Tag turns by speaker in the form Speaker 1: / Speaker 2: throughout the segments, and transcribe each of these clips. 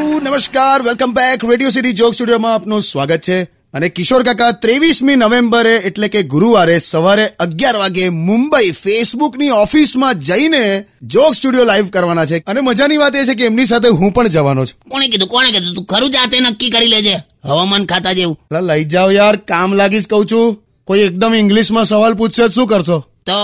Speaker 1: નમસ્કાર welcome back radio city joke સ્ટુડિયોમાં આપનું સ્વાગત છે અને કિશોર કાકા ત્રેવીસમી નવેમ્બરે એટલે કે ગુરુવારે સવારે અગિયાર વાગે મુંબઈ ફેસબુકની ઓફિસમાં જઈને જોક સ્ટુડિયો લાઈવ કરવાના છે અને મજાની વાત એ છે કે એમની સાથે હું પણ જવાનો છું
Speaker 2: કોણે કીધું કોણે કીધું તું ખરું જાતે નક્કી કરી લેજે હવામાન ખાતા જેવું
Speaker 1: લા, લઈ જાઓ યાર કામ લાગીશ કહું છું કોઈ એકદમ ઇંગ્લિશમાં સવાલ પૂછશે તો શું કરશો
Speaker 2: તો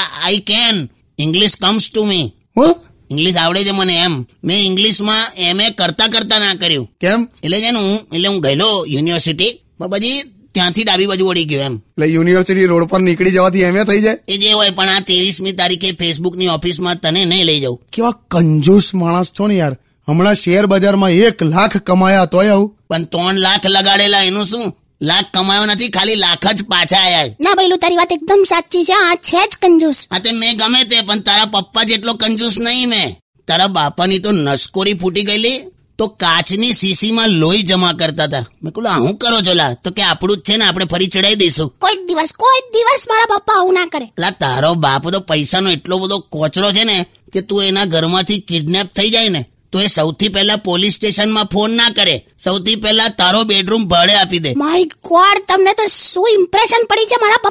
Speaker 2: I can English comes to me
Speaker 1: હું
Speaker 2: ઇંગ્લિશ આવડે છે મને એમ મેં ઇંગ્લિશમાં એમ એ કરતા કરતા ના કર્યું
Speaker 1: કેમ
Speaker 2: એટલે છે ને હું એટલે હું ગયેલો યુનિવર્સિટી પણ પછી ત્યાંથી ડાબી બાજુ વળી ગયો એમ
Speaker 1: એટલે યુનિવર્સિટી રોડ પર નીકળી જવાથી એમ થઈ જાય
Speaker 2: એ જે હોય પણ આ ત્રેવીસમી તારીખે ફેસબુકની ઓફિસમાં તને નહીં લઈ જાઉં
Speaker 1: કેવા કંજૂસ માણસ છો ને યાર હમણાં શેર બજારમાં એક લાખ કમાયા તોય આવું
Speaker 2: પણ ત્રણ લાખ લગાડેલા એનું શું લાખ કમાયો નથી ખાલી લાખ જ પાછા આવ્યા
Speaker 3: ના ભાઈલું તારી વાત એકદમ સાચી છે આ છે જ કંજૂસ
Speaker 2: હા તે મેં ગમે તે પણ તારા પપ્પા જેટલો કંજૂસ નહીં મેં તારા બાપાની તો નસકોરી ફૂટી ગયેલી તો કાચની શીશીમાં લોહી જમા કરતા હતા મેં કહ્યું આ હું કરો છો લા તો કે આપણું જ છે ને આપણે ફરી ચડાઈ દઈશું
Speaker 3: કોઈ જ દિવસ કોઈ જ દિવસ મારા પપ્પા આવું ના કરે
Speaker 2: લા તારો બાપ તો પૈસાનો એટલો બધો કોચરો છે ને કે તું એના ઘરમાંથી કિડનેપ થઈ જાય ને તો એ સૌથી પહેલા પોલીસ સ્ટેશનમાં ફોન ના કરે સૌથી પહેલા તારો બેડરૂમ ભાડે આપી દે
Speaker 3: માય ગોડ તમને તો શું ઇમ્પ્રેશન પડી છે મારા